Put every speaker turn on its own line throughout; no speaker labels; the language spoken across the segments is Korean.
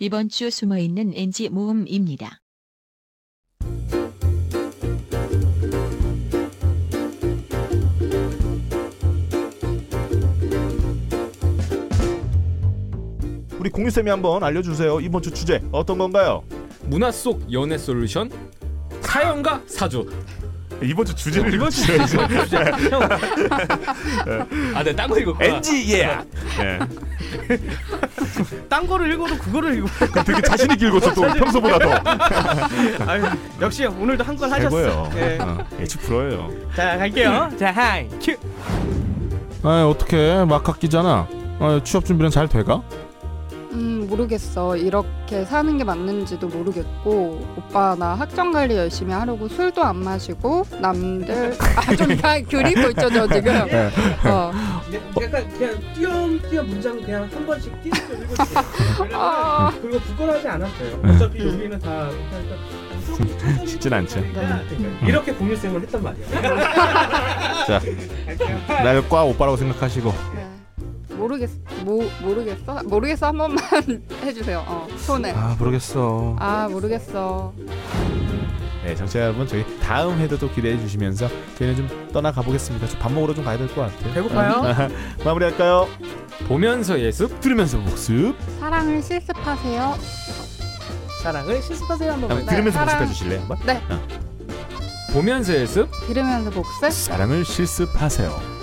이번 주 숨어있는 NG 모음입니다.
우리 공유쌤이 한번 알려주세요. 이번 주 주제 어떤 건가요?
문화 속 연애 솔루션 사연과 사주
이번 주 주제를
이번 주
주제를
형. 아, 내가 딴거 읽었구나.
NG 예. 네.
딴 거를 읽어도 그거를 읽어.
그럼 되게 자신 있게 읽었어 또 평소보다 더.
아유, 역시 오늘도 한 건 하셨어.
최고예요.
예.
어, 예측 불어요.
자 갈게요. 자 하이 큐.
아 어떻게 막 학기잖아. 아, 취업 준비는 잘 돼가?
음, 모르겠어. 이렇게 사는 게 맞는지도 모르겠고, 오빠, 나 학점 관리 열심히 하려고 술도 안 마시고, 남들, 아, 좀다 그리고 있죠, 저 지금.
네.
어.
네, 약간 그냥 띄엄띄엄 문장 그냥 한 번씩 띄엄띄엄 읽어주세요. 왜냐면
아,
그리고 부끄러워하지 않았어요.
네.
어차피 여기는 다 그러니까
쉽진 않죠.
그러니까 이렇게 공유쌤을 했단 말이야.
자.
갈게요.
날 과 오빠라고 생각하시고.
네. 모르겠, 모, 모르겠어? 모르겠어 한 번만 해주세요. 어, 손에.
아 모르겠어.
아, 모르겠어.
네, 정치자 여러분 저희 다음 회도 또 기대해 주시면서 저희는 좀 떠나가 보겠습니다. 좀 밥 먹으러 좀 가야 될 것 같아요. 네.
배고파요?
마무리할까요?
보면서 예습
들으면서 복습.
사랑을 실습하세요.
사랑을 실습하세요 한 번만.
한번
네,
들으면서
사랑.
복습해 주실래요? 한번?
보면서 예습
들으면서 복습.
사랑을 실습하세요.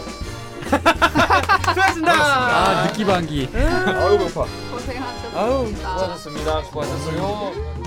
수고하셨습니다.
느끼 반기
아유 배고파.
고생하셨습니다.
아우.
수고하셨습니다. 수고하셨어요.